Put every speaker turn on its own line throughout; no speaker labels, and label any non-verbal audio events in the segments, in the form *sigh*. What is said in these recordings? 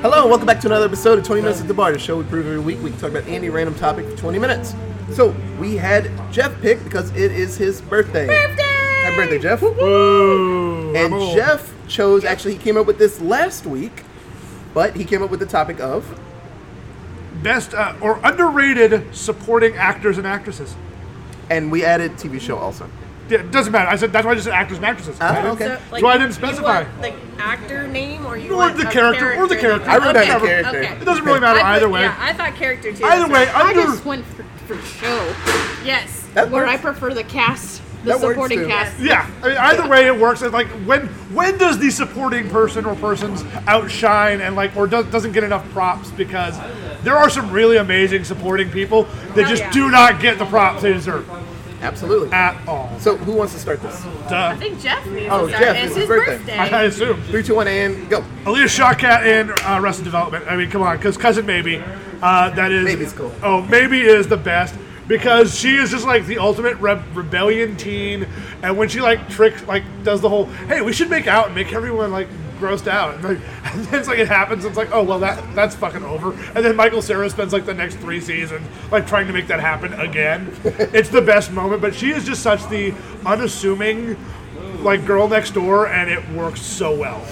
Hello, and welcome back to another episode of 20 Minutes at the Bar, the show we prove every week. We talk about any random topic for 20 minutes. So we had Jeff pick because it is his birthday. Birthday! Happy birthday, Jeff. And Jeff chose, actually, he came up with this last week, but he came up with the topic of
Best uh, or underrated supporting actors and actresses.
and we added TV show also.
Yeah, it doesn't matter. I said that's why I just said actors and actresses.
Ah,
Right?
okay.
So, like,
So I didn't
you
specify.
want the actor name, or you
Or
want
the
a
character, or the character.
I wrote down the
Okay,
character.
okay.
It doesn't really matter
I
either
put-
way.
Yeah, I thought character too.
Either
so-
way,
I
under
just went for, for show. Yes,
That
where I
works.
prefer the cast, the
That works too.
supporting cast.
yeah. I mean, either way, it works. It's like when when does the supporting person or persons outshine and like or does, doesn't get enough props because there are some really amazing supporting people that
Oh,
just
yeah.
do not get the props they deserve
Absolutely.
at all.
So who wants to start this?
Duh.
I think Jeff needs
Oh,
to start.
Jeff,
it's
it's
his
his birthday.
*laughs*
birthday.
I, I assume.
Three, two, one, and go.
Aaliyah Shawkat in uh, Arrested Development. I mean, come on, because cousin maybe uh, that is
Maybe's cool.
Oh, maybe is the best because she is just like the ultimate re- rebellion teen, and when she like tricks, like does the whole hey, we should make out and make everyone like grossed out, *laughs* and, like, and then it's like it happens. It's like oh well, that that's fucking over. And then Michael Sarah spends like the next three seasons like trying to make that happen again. it's the best moment, but she is just such the unassuming like girl next door, and it works so well.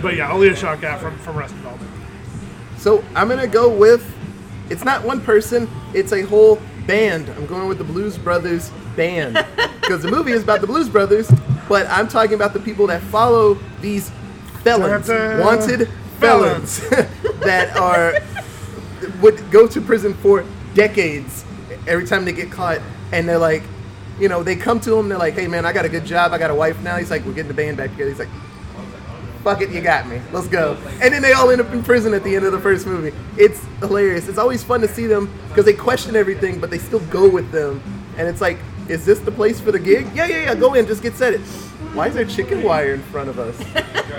But yeah, Aaliyah Shawkat from from Rest Development.
So I'm gonna go with. It's not one person. It's a whole band. I'm going with the Blues Brothers band because the movie is about the Blues Brothers, but I'm talking about the people that follow these felons,
Dun, dun.
wanted felons, *laughs* that are would go to prison for decades every time they get caught, and they're like, you know, they come to him. They're like, hey man, I got a good job. I got a wife now. He's like, we're getting the band back together. He's like, fuck it, you got me. Let's go. And then they all end up in prison at the end of the first movie. It's hilarious. It's always fun to see them because they question everything, but they still go with them. And it's like, is this the place for the gig? Yeah, yeah, yeah. Go in, just get set. It. Why is there chicken wire in front of us?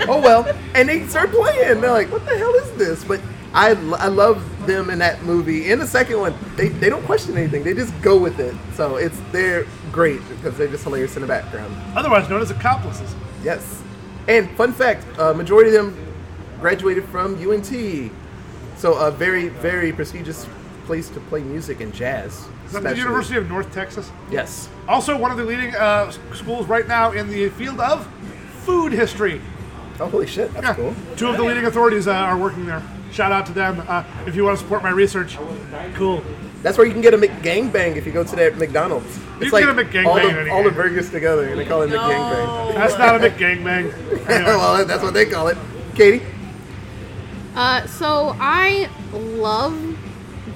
oh well. And they start playing. They're like, what the hell is this? But I, lo- I love them in that movie. In the second one, they, they don't question anything. They just go with it. So it's they're great because they're just hilarious in the background.
Otherwise known as accomplices.
Yes. And fun fact, uh, majority of them graduated from UNT. So a very, very prestigious place to play music and jazz.
Is that the
especially.
University of North Texas?
Yes.
Also, one of the leading uh, s- schools right now in the field of food history.
Oh, holy shit. That's
Yeah.
cool.
Two of the leading authorities uh, are working there. Shout out to them. Uh, if you want to support my research, cool.
That's where you can get a McGangbang if you go to that McDonald's. It's
You
like
can get a
all,
McGangbang
the,
anywhere.
all the burgers together and they call it *laughs* McGangbang.
That's not a McGangbang. Anyway,
well, that's what they call it. Katie?
Uh, so I love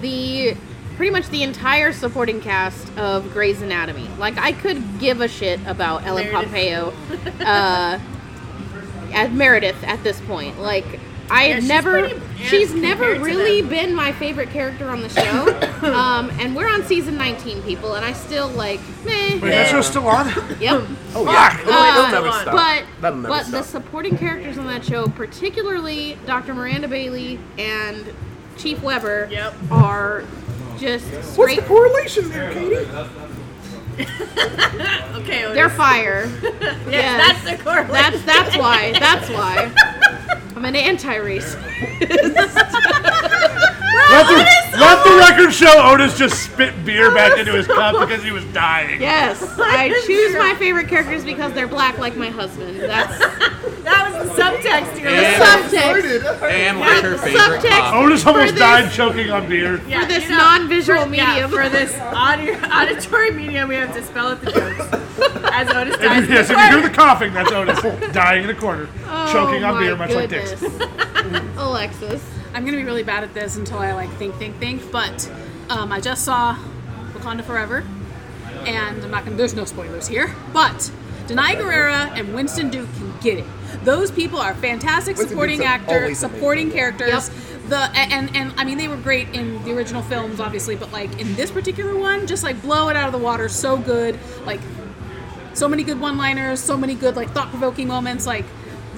the pretty much the entire supporting cast of Grey's Anatomy. Like I could give a shit about Ellen
Meredith.
Pompeo, uh, at Meredith at this point. Like I
Yeah,
had
she's
never,
pretty bland
she's never
compared to
really
them.
been my favorite character on
*coughs*
the show. um, and we're on season 19, people, and I still like meh.
Wait, that show's still
*laughs*
on?
Yep.
Oh, yeah.
Fuck!
It'll, it'll never
Uh,
stop.
But
That'll never
but the
stop.
supporting characters on that show, particularly Dr. Miranda Bailey and Chief Weber,
Yep.
are just
What's
straight.
the correlation there, Katie?
okay, Otis.
They're fire.
*laughs* yes,
yes.
that's the correlation.
That's that's why. That's why.
*laughs*
I'm an anti-race.
Let the, let the record show Otis just spit beer back into his cup because he was dying.
*laughs*
Yes, I choose my favorite characters because they're black, like my
*laughs*
husband. That's
that was the subtext. You're
Yeah.
like,
subtext
And what's her favorite
Subtext.
pop?
Otis almost
this-
died choking on beer.
yeah,
for this
you know,
non-visual
yeah,
medium.
for this audio, auditory medium, we have to spell out the jokes
*laughs*
as Otis dies.
If
in
you, yes,
the
if you hear
corner.
the coughing, that's Otis
*laughs*
dying in a corner,
Oh
choking on
my
beer, much like dicks.
goodness.
*laughs*
Alexis.
I'm gonna be really bad at this until I like think, think, think. But um, I just saw Wakanda Forever, and I'm not gonna. There's no spoilers here, but Denai Guerrera and Winston Duke can get it. Those people are fantastic
Winston
supporting
Duke's
actors,
always amazing.
supporting characters. The a- and and I mean they were great in the original films, obviously, but like in this particular one, just like blow it out of the water, so good. Like so many good one-liners, so many good like thought-provoking moments. Like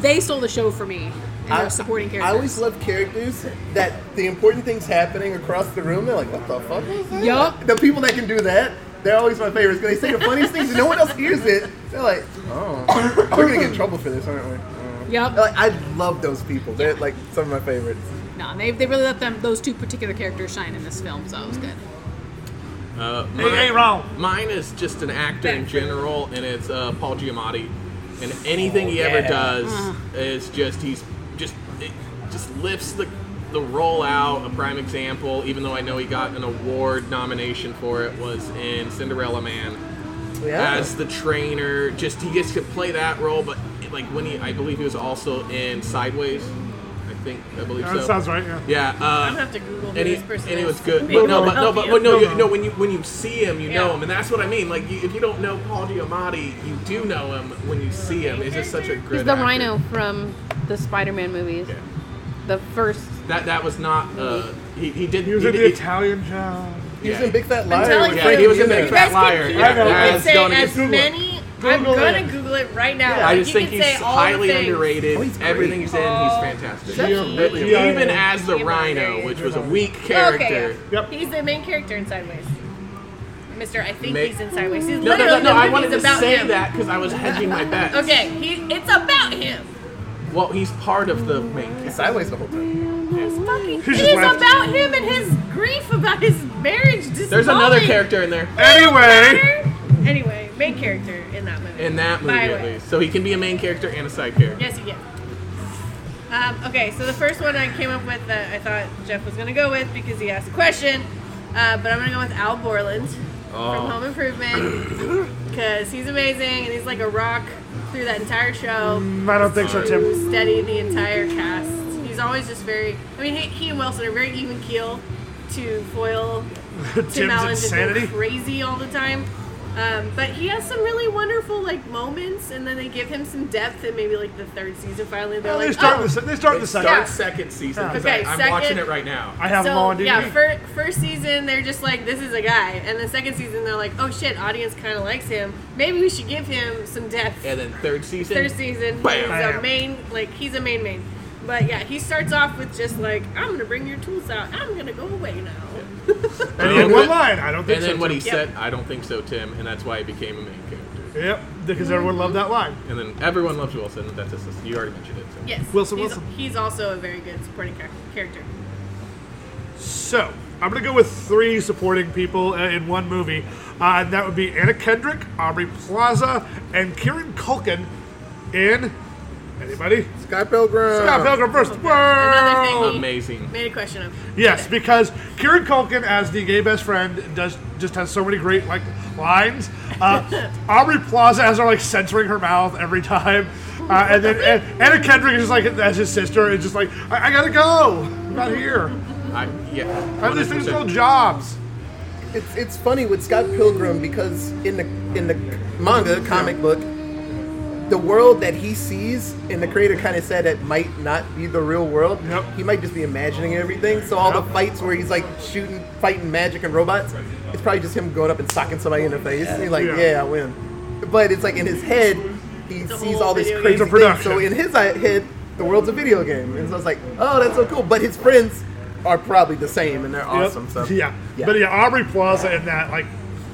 they stole the show for me. And
I-
their supporting characters.
I always love characters that the important things happening across the room. They're like, what the fuck was that?
Yup.
The people that can do that, they're always my favorites because they say the funniest things and no one else hears it. They're like, oh, we're gonna get in trouble for this, aren't we? Oh.
Yep.
Like, I love those people. They're like some of my favorites.
No, and they, they really let them those two particular characters shine in this film, so it was good.
Uh,
Hey, hey, Ron.
Mine is just an actor in general, and it's uh, Paul Giamatti. And anything
Oh,
he ever
yeah.
does
Uh.
is just he's just it just lifts the the role out. A prime example, even though I know he got an award nomination for it, was in Cinderella Man
Oh.
Yeah.
as the trainer. Just he gets to play that role, but like when he, I believe he was also in Sideways. I think I believe
Yeah,
so.
that sounds right. Yeah.
Yeah, um,
I'm gonna have to Google who
and, he,
this person
and it
is.
was good.
Maybe
But no,
it'll
but no,
help
but,
you.
but no,
No,
you,
no.
no. When you when you see him, you know
Yeah.
him, and that's what I mean. Like you, if you don't know Paul Giamatti, you do know him when you see him. It's just such a great.
He's the
actor.
Rhino from the Spider-Man movies.
Yeah.
The first.
That that was not. Uh, he he did.
He was
he,
in the
he-
Italian job.
He was
yeah.
in Big Fat Liar.
telling
with
you.
Frank
Yeah, he
was in
Muir.
Big
You
Fat
guys
Liar.
can keep
I know.
You
Yeah,
can say
don't even
as
Google it.
many.
Google
I'm
it.
gonna Google it right now.
I just
you
think
can
he's
say all the
highly
things.
underrated.
Oh, he's great.
Everything he's in, he's fantastic.
He is really
good.
even as the
He is
Rhino,
really
which
good.
was a weak
Oh,
character.
Okay, yeah.
Yep.
He's the main character in Sideways. Mister, I think
Ma-
he's in Sideways. He's
No, no, no,
literally
no!
the
I
movie's
wanted to
about
say
him.
that because I was hedging my bet.
Okay, he, it's about him.
Well, he's part of the main cast.
Sideways the whole time.
It's fucking. It
He's
is
left.
about him and his grief about his marriage. Dissolving.
There's another character in there.
Anyway,
Anyway, main character in that movie.
In that movie,
By
at
way.
least. So he can be a main character and a side character.
Yes, you can. Um, okay, so the first one I came up with that I thought Jeff was going to go with because he asked a question, uh, but I'm going to go with Al Borland from Home Improvement because he's amazing and he's like a rock through that entire show,
I don't think so, Tim.
steady the entire cast. He's always just very, I mean, he, he and Wilson are very even keel to foil
*laughs*
Tim
Tim's
Allen just go
insanity.
crazy all the time. Um, but he has some really wonderful like moments, and then they give him some depth, and maybe like the third season finally they're
Well, they
like,
start
oh,
the se- they start the second.
Start
Yeah.
second season because
Okay,
I'm
second-
watching it right now.
I have
so,
them all on DVD.
Yeah, fir- first season they're just like, this is a guy, and the second season they're like, oh shit, audience kind of likes him. Maybe we should give him some depth.
And then third season.
third season, he's
Bam.
a main like he's a main main. But yeah, he starts off with just like, I'm gonna bring your tools out. I'm gonna go away now.
and he
Oh,
had one
good.
line. I don't think
And
so.
then what he
Tim.
Yep.
said, I don't think so, Tim, and that's why he became a main character.
Yep, because everyone loved that line.
And then everyone loves Wilson. That's just, you already mentioned it. So.
Yes,
Wilson,
he's,
Wilson.
He's also a very good supporting char- character.
So I'm gonna go with three supporting people uh, in one movie, uh, and that would be Anna Kendrick, Aubrey Plaza, and Kieran Culkin in anybody?
Sky Pilgrim.
Scott Pilgrim first.
Another thing he
Amazing.
made a question of.
Yes,
today.
because Kieran Culkin as the gay best friend does just has so many great like lines. Uh, Aubrey Plaza has her like censoring her mouth every time, uh, and then An- Anna Kendrick is just like as his sister is just like I, I gotta go, I'm not here.
I, yeah.
I have these things
100%.
called jobs.
It's it's funny with Scott Pilgrim because in the in the manga comic book, the world that he sees and the creator kind of said it might not be the real world.
Yep.
He might just be imagining everything. So all the fights where he's like shooting, fighting magic and robots, it's probably just him going up and socking somebody in the face. And he's like,
Yeah.
yeah, I win. But it's like in his head, he
a
sees
whole
all this
video game.
crazy
It's a
things. So in
production.
his i- head, the world's a video game. And so it's like, oh, that's so cool. But his friends are probably the same and they're
Yep.
awesome. So
*laughs* Yeah. but yeah, Aubrey Plaza in that like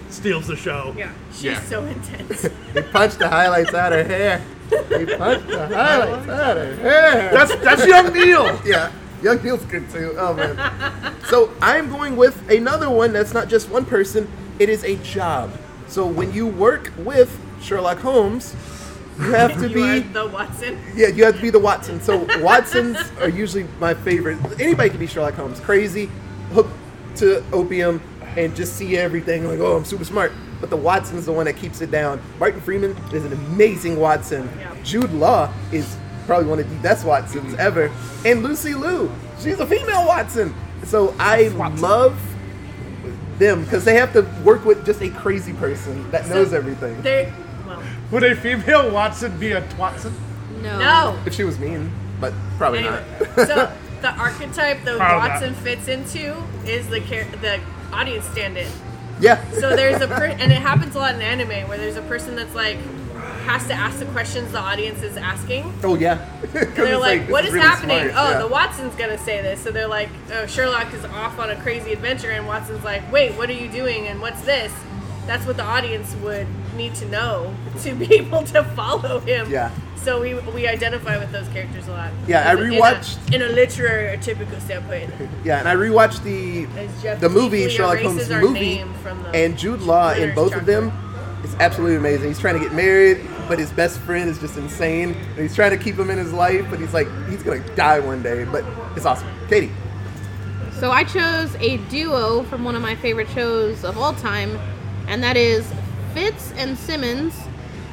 steals the show.
Yeah, she's
Yeah.
so intense.
They punched the highlights out of her hair. They punched the highlights out of her hair.
That's that's Young Neil.
Yeah, Young Neil's good too. Oh man. So I'm going with another one that's not just one person. It is a job. So when you work with Sherlock Holmes, you have to
you are
be
the Watson.
yeah, you have to be the Watson. So Watsons are usually my favorite. Anybody can be Sherlock Holmes. Crazy, hooked to opium, and just see everything like, oh, I'm super smart. But the Watson's the one that keeps it down. Martin Freeman is an amazing Watson.
Yeah. Mm-hmm.
Jude Law is probably one of the best Watsons ever. And Lucy Liu, she's a female Watson. So I love them because they have to work with just a crazy person that
So
knows everything.
There, well,
Would a female Watson be a Twatson?
No.
no.
If she was mean, but probably
Anyway,
not.
so the archetype that
Proud of
Watson fits into is the char- the audience stand-in.
Yeah.
So there's
*laughs*
a per- and it happens a lot in anime where there's a person that's like has to ask the questions the audience is asking.
Oh *laughs* yeah. And
And they're like, what is happening? oh, the Watson's gonna say this. So they're like, oh, Sherlock is off on a crazy adventure, and Watson's like, wait, what are you doing? And what's this? that's what the audience would need to know *laughs* to be able to follow him.
Yeah.
So we, we identify with those characters a lot.
Yeah, I
In a-
rewatched-
in a, literary or typical
*laughs*
standpoint.
Yeah, and I rewatched the
As Jeff
the movie
Keighley
Sherlock
erases
Holmes
our
movie,
name from the
and Jude Law in
winner's
both of
chakra.
them is absolutely amazing. He's trying to get married, but his best friend is just insane, and he's trying to keep him in his life, but he's like he's gonna die one day. But it's awesome, Katie.
So I chose a duo from one of my favorite shows of all time, and that is Fitz and Simmons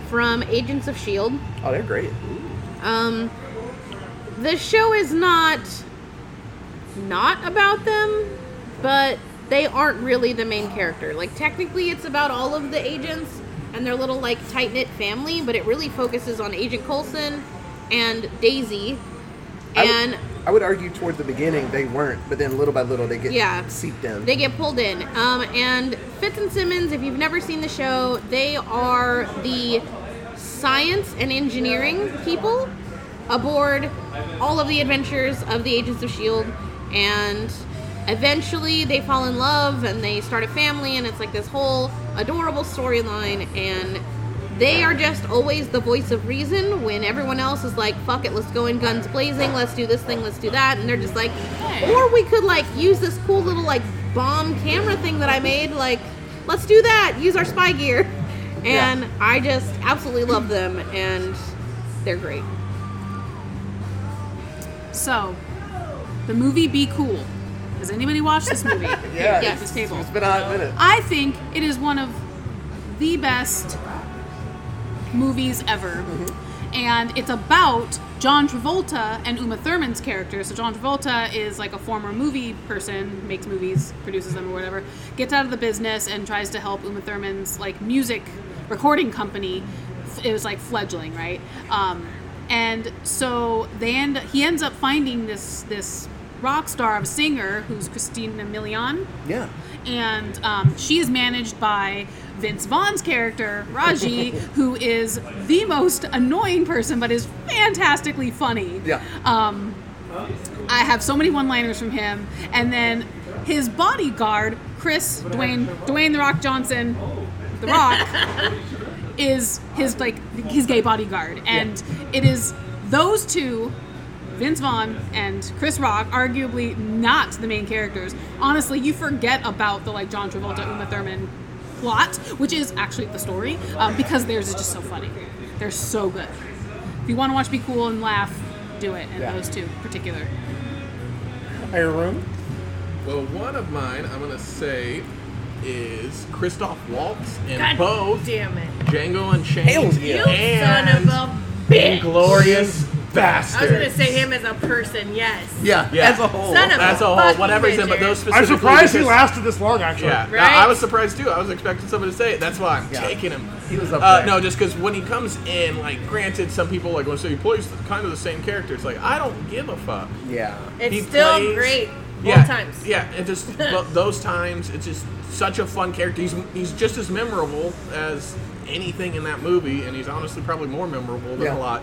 from Agents of S.H.I.E.L.D.
Oh, they're great.
Um, the show is not not about them, but they aren't really the main character. Like technically, it's about all of the agents and their little like tight knit family, but it really focuses on Agent Coulson and Daisy.
I would-
And
I would argue toward the beginning they weren't, but then little by little they get
Yeah.
seeped in.
They get pulled in. Um, and Fitz and Simmons, if you've never seen the show, they are the science and engineering people aboard all of the adventures of the Agents of S.H.I.E.L.D. E And eventually they fall in love and they start a family, and it's like this whole adorable storyline. And they are just always the voice of reason when everyone else is like, fuck it, let's go in guns blazing, let's do this thing, let's do that. And they're just like, or we could like use this cool little like bomb camera thing that I made, like, let's do that, use our spy gear. *laughs* And I just absolutely love them and they're great.
So, the movie Be Cool. Has anybody watched this movie?
yeah,
Yeah.
At this table.
it's been a hot minute.
I think it is one of the best movies ever. And it's about John Travolta and Uma Thurman's character. So John Travolta is like a former movie person, makes movies, produces them or whatever, gets out of the business and tries to help Uma Thurman's like music recording company. It was like fledgling, right? Um, and so they end. He ends up finding this this rock star of a singer who's Christina Milian
Yeah,
and um, she is managed by Vince Vaughn's character Raji, who is the most annoying person, but is fantastically funny.
yeah.
Um, I have so many one-liners from him, and then his bodyguard Chris Dwayne Dwayne the Rock Johnson, the Rock, is his like his gay bodyguard, and it is those two. Vince Vaughn and Chris Rock, arguably not the main characters. Honestly, you forget about the like John Travolta, Uma Thurman plot, which is actually the story, um, because theirs is just so funny. They're so good. If you want to watch Be Cool and laugh, do it. And
Yeah.
those two, in particular.
Are you room?
Well, one of mine, I'm gonna say, is Christoph Waltz in
God
both
damn it.
Django Unchained
Hell yeah.
You
and
son of a bitch.
Inglorious
I was
Bastard.
gonna say him as a person, yes.
Yeah,
Yeah.
as a whole.
Son of-
That's all.
Fucking
Whatever he's in, but those
I'm
specifically.
surprised he
because-
lasted this long, actually.
Yeah,
Right?
I- I was surprised too. I was expecting someone to say it. That's why I'm
Yeah.
taking him.
He was up
Uh,
there.
no, just because when he comes in, like, granted, some people like, well, so he plays the- kind of the same character. It's like I don't give a fuck.
yeah.
It's
He
still
plays-
great.
Yeah,
Both times.
yeah. It just tho- those times. It's just such a fun character. He's he's just as memorable as anything in that movie, and he's honestly probably more memorable than
Yeah.
a lot.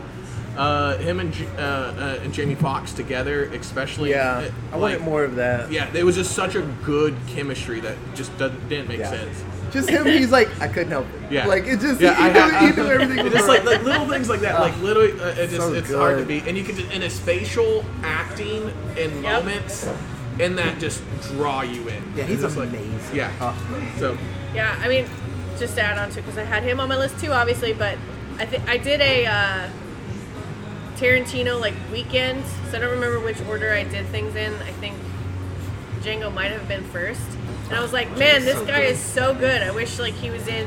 Uh, him and J- uh, uh, and Jamie Foxx together, especially.
Yeah,
uh,
I wanted
like,
more of that.
Yeah, it was just such a good chemistry that just doesn't, didn't make
Yeah.
sense.
Just him, he's like, I couldn't help it.
Yeah,
Like, it just,
yeah,
he,
I
knew,
ha-
he knew
*laughs*
everything was
just
wrong.
like, like little things like that, like little. Uh, it just,
Ah, so
it's hard to
good.
be, and you can just, and his facial acting in
Yep.
moments, and that just draw you in.
Yeah,
It's
he's
just like-
amazing.
yeah. So
Yeah, I mean, just to add on to it, because I had him on my list too, obviously, but I think I did a uh, Tarantino like weekend, so I don't remember which order I did things in. I think Django might have been first, and I was like, man, this guy is so good. I wish like he was in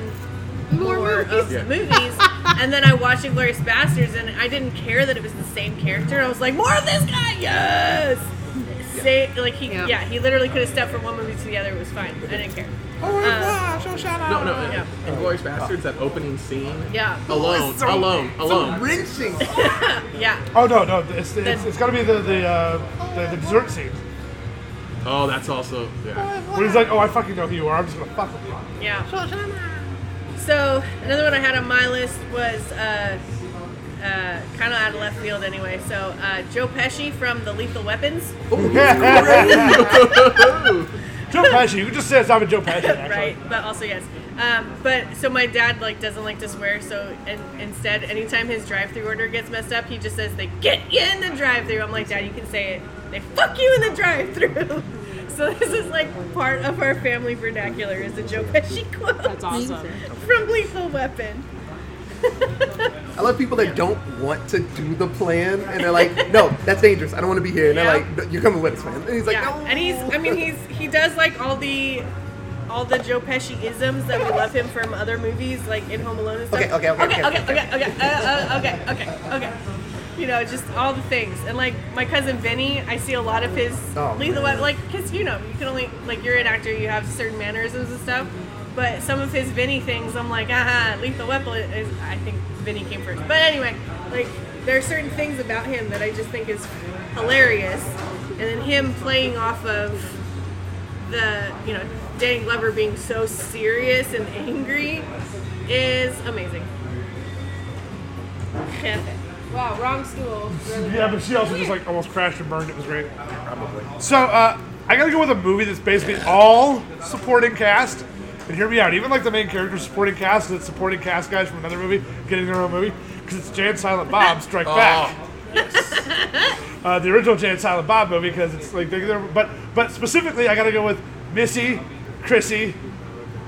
More
more
movies.
of
Yeah.
*laughs*
movies. and then I watched Inglorious Bastards, and I didn't care that it was the same character. I was like, more of this guy, yes. Say like he,
Yeah.
yeah. he literally could have stepped from one movie to the other. It was fine. I didn't care.
oh
uh,
my gosh, oh, shout out.
no, no,
Yeah.
and Glorious Bastards, that opening scene.
Yeah.
Alone, alone, alone.
Wrenching.
Yeah.
Oh no, no, it's it's, it's got to be the the, uh, the the dessert scene
Oh, that's also yeah.
where he's like, "Oh, I fucking know who you are. I'm just gonna fuck with you."
Yeah. So another one I had on my list was uh, uh, kind of out of left field anyway. So uh, Joe Pesci from the Lethal Weapons,
*laughs* Joe Pesci. You can just say it's not a Joe Pesci, actually.
right? But also yes, Um, but so my dad like doesn't like to swear, so and instead, anytime his drive-through order gets messed up, he just says they get you in the drive-through. I'm like, Dad, you can say it. They fuck you in the drive-through. *laughs* so this is like part of our family vernacular is a Joe Pesci quote.
That's awesome.
*laughs* From Lethal Weapon.
I love people that don't want to do the plan, and they're like, "No, that's dangerous. I don't want to be here." And
Yeah.
they're like, "No, "You're coming with us, man." And he's like,
yeah,
"No."
and he's I mean he's he does like all the all the Joe Pesci isms that we love him from other movies like in Home Alone and stuff.
Okay, okay, okay, okay,
okay, okay, okay, okay, uh, uh, okay, okay, okay. You know, just all the things. And like my cousin Vinny, I see a lot of his
Oh,
lethal weapon, like because you know you can only like you're an actor, you have certain mannerisms and stuff. But some of his Vinny things, I'm like, ah, lethal weapon is. I think Vinny came first. But anyway, like there are certain things about him that I just think is hilarious, and then him playing off of the you know Dan Glover being so serious and angry is amazing. wow, wrong stool. Really
Yeah, but she also just like almost crashed and burned. It was great. So uh, I gotta go with a movie that's basically all supporting cast. And hear me out. Even like the main character supporting cast, and it's supporting cast guys from another movie getting their own movie because it's Jay and Silent Bob Strike Back. *laughs* Uh, the original Jay and Silent Bob movie because it's like they but but specifically I gotta go with Missy, Chrissy.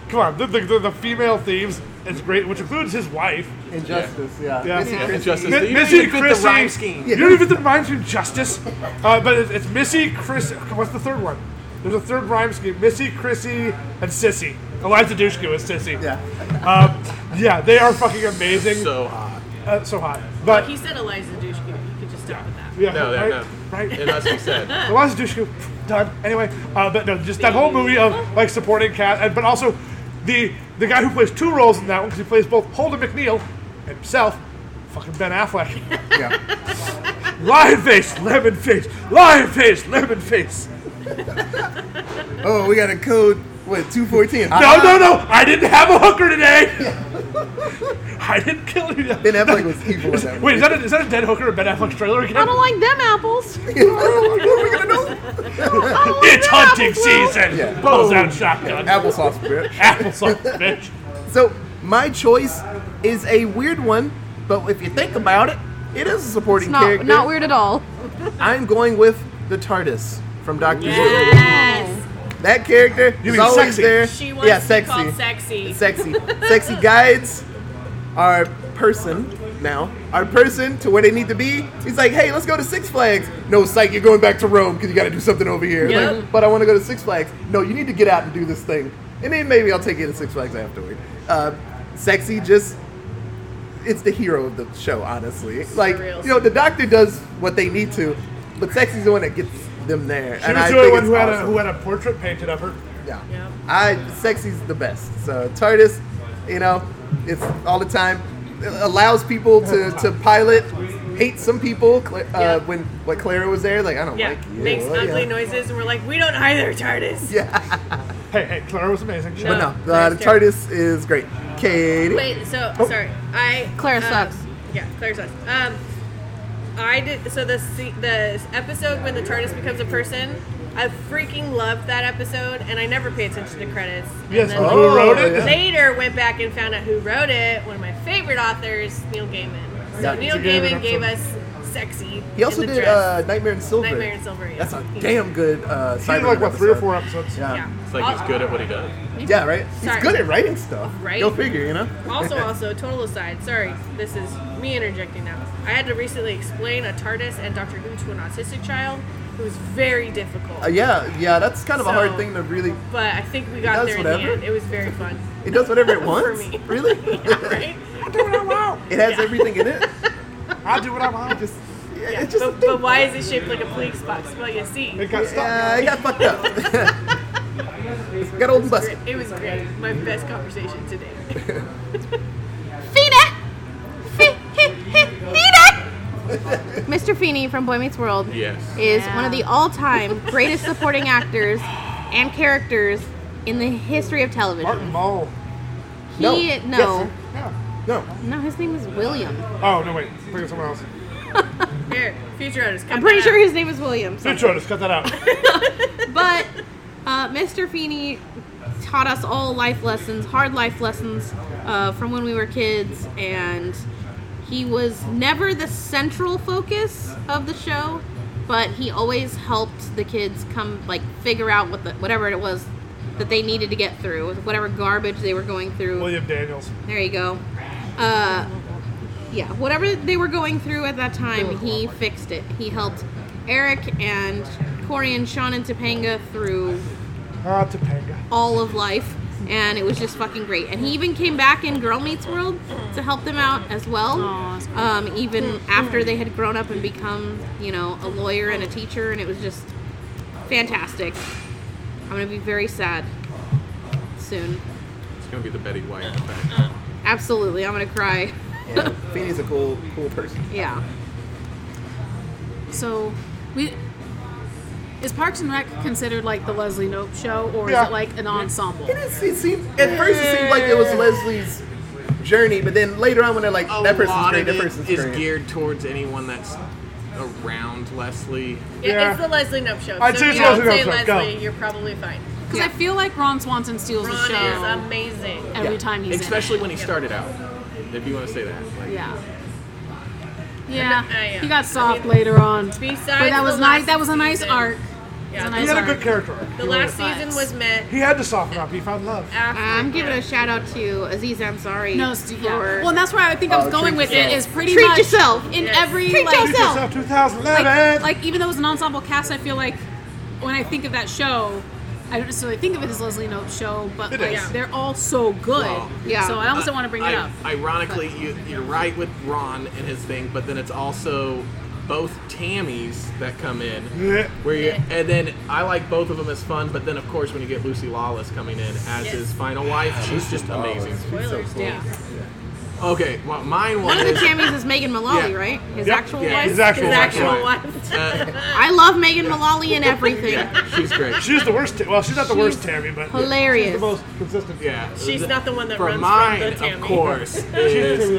Come on, the, the, the, the female thieves. It's great, which includes his wife.
*laughs* Injustice, yeah.
Yeah.
Missy
Yeah,
Christie.
Injustice.
Mi-
You don't
Missy
even fit the
Chrissy.
rhyme scheme.
You don't even fit the rhyme scheme. Justice. Uh, but it's, it's Missy, Chris. What's the third one? There's a third rhyme scheme. Missy, Chrissy, and Sissy. Eliza Dushku is Sissy.
Yeah.
Um, yeah, they are fucking amazing. So,
So hot.
uh, so hot. But
He said Eliza Dushku. You could just stop with that.
yeah,
No,
right,
that, no.
right.
It must be said.
Eliza Dushku, done. Anyway, uh, but no, just that whole movie of like supporting cast, and, but also the the guy who plays two roles in that one because he plays both Holden McNeil and himself, fucking Ben Affleck.
*laughs* yeah.
Lion face, lemon face, lion face, lemon face.
Oh, we got a code. What two fourteen?
No, no, no! I didn't have a hooker today. *laughs* I didn't kill you.
Ben Affleck was evil in that.
*laughs*
Wait, is that a, is that a dead hooker in Ben Affleck's trailer
I
again?
don't like them apples.
*laughs*
*laughs*
It's hunting season.
Yeah.
Pulls out shotgun.
applesauce, bitch.
Applesauce, bitch.
So my choice is a weird one, but if you think about it, it is a supporting
Not
character.
not weird at all.
I'm going with the TARDIS from Doctor Who.
Yes.
That character
You
is
mean
always
sexy?
there.
She wants
yeah,
to
sexy.
be called sexy.
sexy. Sexy guides our person now. Our person to where they need to be. He's like, hey, let's go to Six Flags. No, psych, you're going back to Rome because you got to do something over here.
Yep.
Like, but I want to go to Six Flags. No, you need to get out and do this thing. And then maybe I'll take you to Six Flags afterward. Uh, sexy just. It's the hero of the show, honestly. Like,
Surreal.
you know, the doctor does what they need to, but sexy's the one that gets them there.
She was
I
the only
think
one
it's
who had, a,
awesome.
who had a portrait painted of her.
Yeah.
Yeah.
I sexy's the best. So TARDIS, you know, it's all the time. It allows people to, to pilot. Hate some people. Cla-
Yeah.
Uh, when when Clara was there, like I don't
Yeah.
like you.
Makes
Well,
ugly
yeah.
noises, and we're like, we don't either, TARDIS. Yeah.
Hey, hey, Clara was amazing.
But
No,
no, uh, the
Clara's terrible.
TARDIS is great. Katie.
Wait. So
Oh.
sorry. I
Clara
um,
sucks.
Yeah, Claire sucks. Um, I did so the se- the episode when the TARDIS becomes a person. I freaking loved that episode, and I never pay attention to credits. And
Yes,
then
who wrote
Oh, yeah.
it?
later went back and found out who wrote it. One of my favorite authors, Neil Gaiman. So
Yeah,
Neil
it's a Gaiman
Gaiman gave us
episode.
sexy.
He also
in the
did
dress.
uh, Nightmare in Silver.
Nightmare in Silver. Yeah.
That's a
He-
damn good uh,
She did
Cyberman
like what three or
episode.
four episodes.
Yeah.
Yeah.
It's like he's good at what he does.
Yeah, right.
Sorry.
He's good at writing stuff.
Right.
Go figure, you know. *laughs*
Also, also, total aside. Sorry, this is me interjecting now. I had to recently explain a TARDIS and Doctor Who to an autistic child, who was very difficult.
Uh, yeah, yeah. That's kind of a hard
So-
thing to really.
But I think we
does
got there in
whatever.
the end. It was very fun.
It does whatever it
*laughs* For
wants.
me.
Really.
Yeah,
*laughs*
right?
It has everything in it.
I do what I want.
Just,
Yeah.
it's just a
but,
thing.
but why is it shaped like a police box? Well, you see.
It got stuck.
Yeah, I got fucked up. *laughs* got old and busted.
It was great. My best conversation today.
Feed it. Fe- he- he- feed it. *laughs* Mr. Feeney from Boy Meets World
Yes.
is one of the *laughs* all-time greatest supporting actors and characters in the history of television.
Martin Oh, Mull.
No.
He
Yes,
no,
sir.
No.
No.
no, his name is William.
Oh no, wait. Look at someone else.
Here, future artist.
I'm pretty sure his name is William. so-
*laughs*
Future, just cut that out.
But Uh, Mr. Feeney taught us all life lessons, hard life lessons uh, from when we were kids, and he was never the central focus of the show, but he always helped the kids come like figure out what the whatever it was that they needed to get through, whatever garbage they were going through.
William Daniels.
There you go. Uh, yeah, whatever they were going through at that time, he fixed it. He helped Eric and Corey and Sean and Topanga through
Ah, Topanga.
all of life, and it was just fucking great. And he even came back in Girl Meets World to help them out as well,
Aw, that's
um, even after they had grown up and become, you know, a lawyer and a teacher, and it was just fantastic. I'm gonna be very sad soon.
It's gonna be the Betty White effect.
Absolutely, I'm gonna cry.
And Feeney's a cool, cool person.
Yeah.
So, we is Parks and Rec considered like the Leslie Nope show, or
Yeah.
is it like an ensemble?
It, is, it seemed at first it seemed like it was Leslie's journey, but then later on when they're like,
A
that person's
lot
great,
of
that
it
person's
is
great.
geared towards anyone that's around Leslie.
Yeah.
Yeah, it's the Leslie Nope show.
I'd
so
say
if
it's
you don't
Leslie
say
Knope show. Go.
Leslie, you're probably fine.
Because I feel like Ron Swanson steals the
Ron
show
is um, amazing.
every
Yeah.
time he's
Especially when he
Yeah.
started out. If you want to say that. Like,
in it. Yeah. Yeah,
I- yeah.
he got soft
I mean,
later on. But
Besides,
that
the
was
last
nice. That was a nice
season-
arc.
Yeah.
It's a
He
nice
had a
arc.
good character. arc.
The
He
last
was-
season
Vibes.
was met
He had to soften up. He found love.
after.
I'm giving a shout out to Aziz Ansari.
No, it's, yeah.
for-
Well, and that's where I think I was
Oh,
going
treat
with it.
yourself.
Is pretty
Treat
much
yourself.
in
Yes.
every
Treat
like,
yourself.
Yourself 2011.
like, like even though it was an ensemble cast, I feel like when I think of that show, I don't necessarily think of it as Leslie Nope show, but
It
like,
is.
they're all so good.
Well,
Yeah.
So I also want to bring
I-
it up.
Ironically, you, you're right with Ron and his thing, but then it's also both Tammys that come in.
Yeah.
Where you, and then I like both of them as fun, but then of course when you get Lucy Lawless coming in as his final wife,
Ah,
she's just amazing.
Spoilers,
yeah.
Okay, well, mine was
One of the Tammys is Megan Mullally,
Yeah.
right? His
Yep.
actual
Yeah,
wife.
his actual
His
wife.
actual
wife.
wife.
Uh,
I love Megan Mullally and everything.
*laughs* yeah, she's great.
She's the worst. Ta- well, she's not the worst
She's
Tammy, but
hilarious.
She's the most consistent.
Yeah,
She's not the one that
for
runs from
mine,
the Tammy. *laughs*
of course.
She's
is
the one that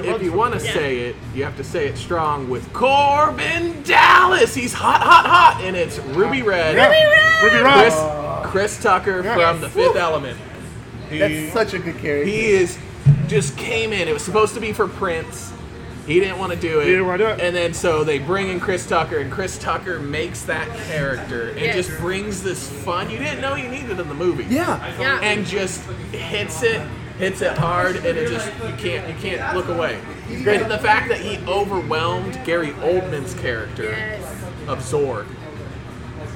if
runs
you
from
want to
the
say it, you have to say it strong with Corbin Dallas. He's hot, hot, hot, and it's Ruby Red.
Yeah. Ruby
Chris,
Uh,
Rod.
Chris Tucker
Yeah.
from The Fifth Element. He,
That's such a good character.
he is just came in. It was supposed to be for Prince. He didn't want to do it.
He didn't wanna do it.
And then so they bring in Chris Tucker, and Chris Tucker makes that character and
Yes.
just brings this fun you didn't know you needed in the movie.
yeah,
Yeah.
And just hits it, hits it hard, and it just you can't you can't look away. And the fact that he overwhelmed Gary Oldman's character
Yes.
of Zorg.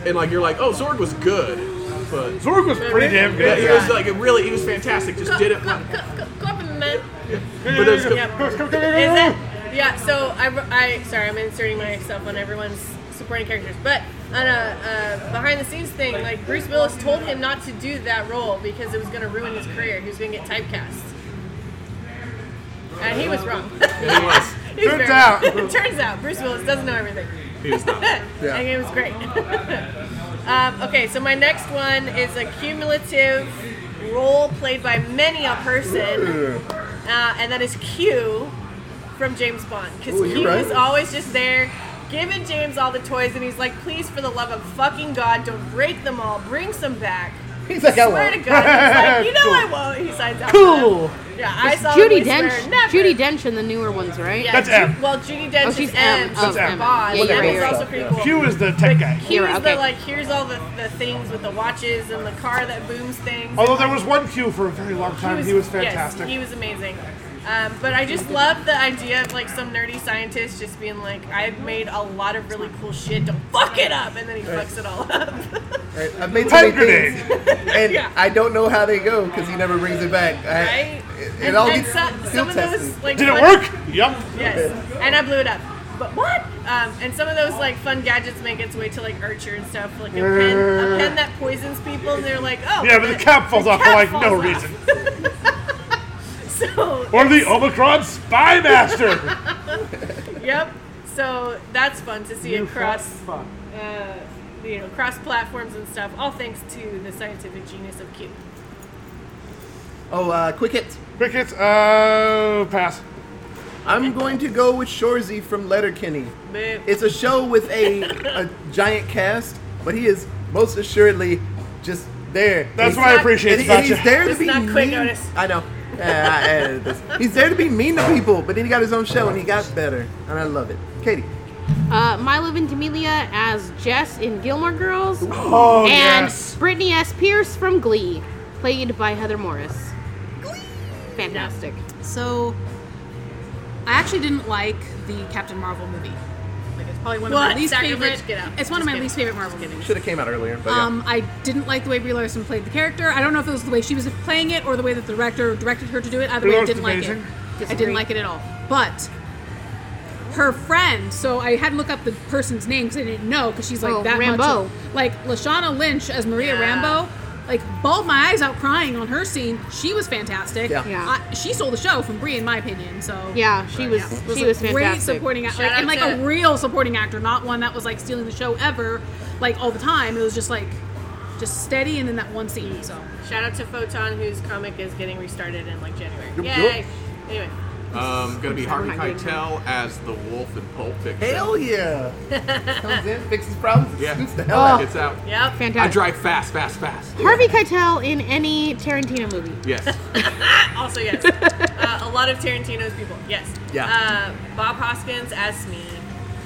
And like you're like, oh, Zorg was good, but
Zorg was pretty damn
yeah,
good.
he was like it really he was fantastic. Just did it.
Co- co- co- compliment.
But there's
Yep.
Come, come, come, come,
Is
come.
that? Yeah. So I, I sorry, I'm inserting myself on everyone's supporting characters, but on a, a behind the scenes thing, like Bruce Willis told him not to do that role because it was going to ruin his career. He was going to get typecast, and he was wrong.
and *laughs*
*laughs*
he was.
He was
Turns
very
out.
wrong. Turns out, Bruce Willis doesn't know everything.
He was
*laughs*
not.
Yeah.
And it was great. *laughs* um, okay, so my next one is a cumulative role played by many a person, uh, and that is Q from James Bond. Because
Ooh, you're
Q
right.
is always just there giving James all the toys, and he's like, please, for the love of fucking God, don't break them all. Bring some back.
he's like I
Swear
love.
to God. He's like, you know I won't. He signs out. for
Cool.
them. Yeah, I saw
Judy
swear,
Dench.
never.
Judy Dench in the newer ones, right?
Yeah,
That's
Ju-
M.
Well, Judy Dench
Oh,
is
she's
M.
M. Oh,
She's
M.
Bond.
Yeah,
Yeah,
you're
M
right,
is
you're
also
right.
pretty
Yeah.
cool.
Q is the tech guy.
Here's
Here,
the
okay.
like here's all the, the things with the watches and the car that booms things.
Although there was one Q for a very long time, Um, he was fantastic.
Yes, he was amazing. Um, but I just love the idea of like some nerdy scientist just being like, I've made a lot of really cool shit. Don't fuck it up, and then he fucks it all up.
Right? I've made so many
Hand grenade.
things, and
Yeah.
I don't know how they go because he never brings it back. I,
Right?
It, it
and
all
and
gets
so- some
field
of
tested.
those like
Did it
fun-
work? Yup.
Yes, and I blew it up. But what? Um, and some of those like fun gadgets make its way to like Archer and stuff, like a pen, a pen that poisons people, and they're like, oh.
Yeah, but the cap falls
the
off for
cap
like no
falls off.
reason.
*laughs* So
Or the Omicron Spy Master. *laughs*
yep. So that's fun to see across,
Fuck.
uh, you know, cross platforms and stuff. All thanks to the scientific genius of Q.
oh, uh, quick hits.
Quick hits. Uh, pass.
I'm going to go with Shorzy from Letterkenny.
Boo.
It's a show with a, a giant cast, but he is most assuredly just there.
That's
He's-
what I
not-
appreciate
and
about
he's
you.
there to
It's
be
not quick
mean.
notice.
I know. Yeah, I added this. He's there to be mean to people, but then he got his own show and he got better, and I love it. Katie,
Uh, Milo Ventimiglia as Jess in Gilmore Girls,
Oh
and
yes.
Brittany S. Pierce from Glee, played by Heather Morris. Fantastic.
So, I actually didn't like the Captain Marvel movie. Like it's probably one of my
What?
least
Sacrilege,
favorite.
get out.
It's
Just
one of my
kidding.
least favorite Marvel movies.
should have came out earlier, but yeah.
Um, I didn't like the way Brie Larson played the character. I don't know if it was the way she was playing it or the way that the director directed her to do it. Either
Brie
way, I
Larson's
didn't like
amazing.
it. I didn't like it at all. But her friend, so I had to look up the person's name because I didn't know because she's like
Oh,
that much.
Rambeau.
of- Like Lashana Lynch as Maria
Yeah.
Rambo. Like bawled my eyes out crying on her scene. She was fantastic.
Yeah.
Yeah.
I, she stole the show from Brie, in my opinion. So
Yeah, she was, she
a
was
great
fantastic.
supporting actor,
Shout
and like
out
a
to-
real supporting actor, not one that was like stealing the show ever, like all the time. It was just like, just steady, and then that one scene. So
Shout out to Photon, whose comic is getting restarted in like January.
Yup,
Yay!
yup.
Anyway,
Um, gonna be Harvey
reminded me.
Keitel as the wolf in Pulp Fiction.
Hell yeah!
*laughs*
Comes in, fixes problems, *laughs*
Yeah.
scoots the hell out.
It's out.
yep.
I
Fantastic.
drive fast, fast, fast.
Harvey Keitel in any Tarantino movie.
Yes.
Also, yes. uh, a lot of Tarantino's people. Yes.
Yeah.
Uh, Bob Hoskins as Smee.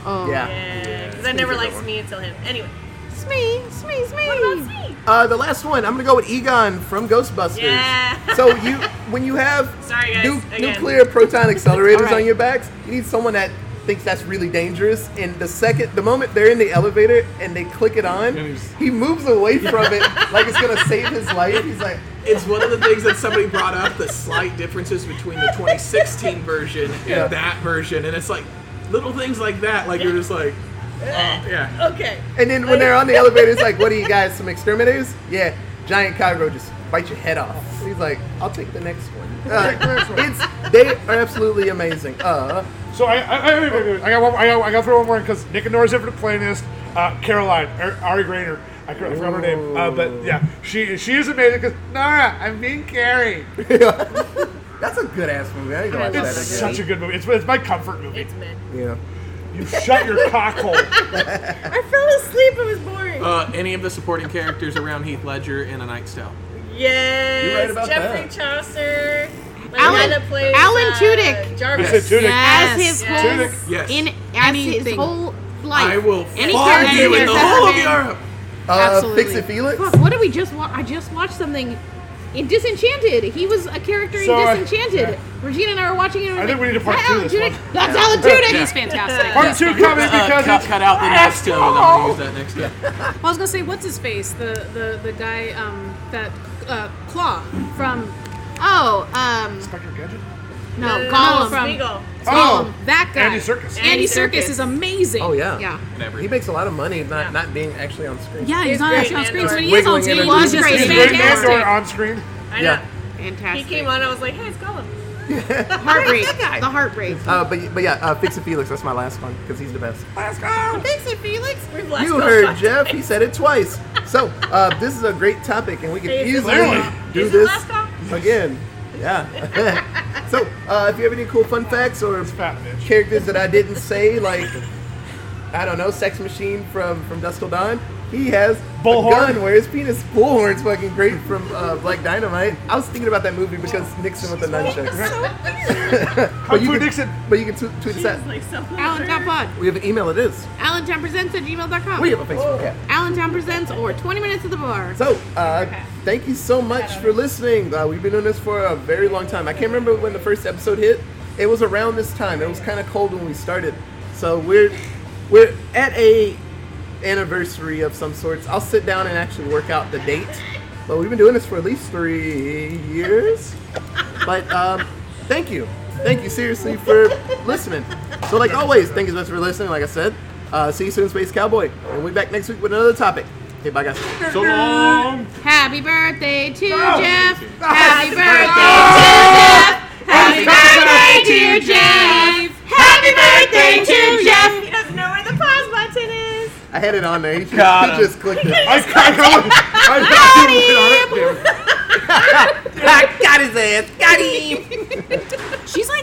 Oh.
Yeah.
Yeah. Because I
Smee's
never
a good
liked
one.
Smee until him. Anyway.
Smee, Smee, Smee.
Uh, the last one, I'm gonna go with Egon from Ghostbusters.
Yeah.
So
*laughs*
you, when you have
Sorry, guys, again.
nuclear proton accelerators
Alright.
on your backs, you need someone that thinks that's really dangerous. And the second, the moment they're in the elevator and they click it on,
And he's-
he moves *laughs* away from it like it's gonna save his life. He's like,
it's one of the things that somebody brought up the slight differences between the 2016 version and
Yeah.
that version. And it's like little things like that. Like you're just like, oh, yeah.
Okay.
and then when they're on
*laughs*
the elevator, it's like, what do you guys, some exterminators? Yeah, giant cockroaches bite your head off. He's like, I'll take the next one. Uh, it's they are absolutely amazing. Uh,
So I I, I, wait, wait, wait, I got one, I got I got to throw one more in because Nicanor's infinite playlist. Uh, Caroline Ar- Ari Grainer. I cor- I forgot her name. Uh, but yeah, she she is amazing because Nara, I'm being Carrie.
that's a good ass movie. I need to watch that
It's
again.
such a good movie. It's, it's my comfort movie.
It's mid.
yeah.
You shut your cock hole.
I fell asleep. It was boring.
Uh, any of the supporting characters around Heath Ledger in A Night's Tale.
yes.
You're right about
Jeffrey
that.
Chaucer.
Alan-
Miranda plays,
Alan
uh,
Tudyk.
Is
Jarvis.
it Tudyk?
Yes.
As his
Yes.
whole,
Yes.
in as his
Anything.
whole life.
I will
Any
fuck
character
you in the
that's
whole of
been-
Europe.
Uh,
Absolutely.
Fix It Felix?
Fuck, what did we just watch? I just watched something in Disenchanted. He was a character
So, uh,
in Disenchanted. Regina and I were watching it. And
I
we're
think
like,
we need to
"Is
part
that
two
Alan
of this
Tudyk? That's Alan Tudyk.
Yeah.
he's fantastic.
Part two coming
Uh,
because
cut,
it's
cut out the next Tale. and I'm gonna use that next time.
I was gonna say, what's his face? The the the guy um, that uh, Claw from
*laughs* Oh, um,
Inspector Gadget.
no,
no,
Gollum.
no, Smeagol.
Oh,
um, that guy.
Andy Serkis.
Andy
Andy
Circus
Serkis.
is amazing.
Oh yeah.
Yeah.
Never.
He makes a lot of money not
Yeah.
not being actually on screen.
Yeah, he's
He's
not
great,
actually on screen,
Andor.
so when he is on
Wiggling
TV,
in
and
he's
out.
just
He's
He's
great.
great
fantastic.
Andor on screen.
I know.
Yeah.
He
Fantastic.
came on. I was like, hey, it's Gollum.
*laughs*
*laughs*
Heartbreak. the heartbreak.
Uh, but but yeah, uh, fix it, Felix. That's my last one because he's the best.
Oh,
Thanks, Felix. We've lost
you
both
heard
*laughs* sides.
Jeff. He said it twice. So uh, this is a great topic, and we could
Hey, is it
easily
Clearly.
do
Is it
this
last call?
again. Yeah. *laughs* so uh, if you have any cool fun facts or
Fat bitch.
characters that I didn't say, like I don't know, Sex Machine from from Dusk Till Dawn. He has
Bullhorn.
a gun where his penis bullhorn's fucking great from uh, Black Dynamite. I was thinking about that movie because Nixon with the nunchucks.
Kung
you
Fu
could-
Nixon.
*laughs* But you can t- tweet us
He's
at.
like, so
Alan Town Pod.
We have an email. It is.
AllentownPresents at gmail.com.
We have a Facebook app.
Allentown Presents or 20 Minutes at the Bar.
So, uh, thank you so much for listening. Uh, we've been doing this for a very long time. I can't remember when the first episode hit. It was around this time. It was kind of cold when we started. So we're we're at a anniversary of some sorts. I'll sit down and actually work out the date. But we've been doing this for at least three years. But um, thank you. Thank you seriously for listening. So like always, thank you so much for listening. Like I said, uh, see you soon, Space Cowboy. And we'll be back next week with another topic. Okay, bye guys.
So long.
Happy birthday to Jeff.
No.
Happy birthday to Jeff. Happy birthday to Jeff. Happy birthday to Jeff.
*laughs* He doesn't know where the pause button is.
I had it on there. He just,
Got
he
him.
just clicked it.
I got it. I got it. Damn it.
I got his ass. Got him.
She's like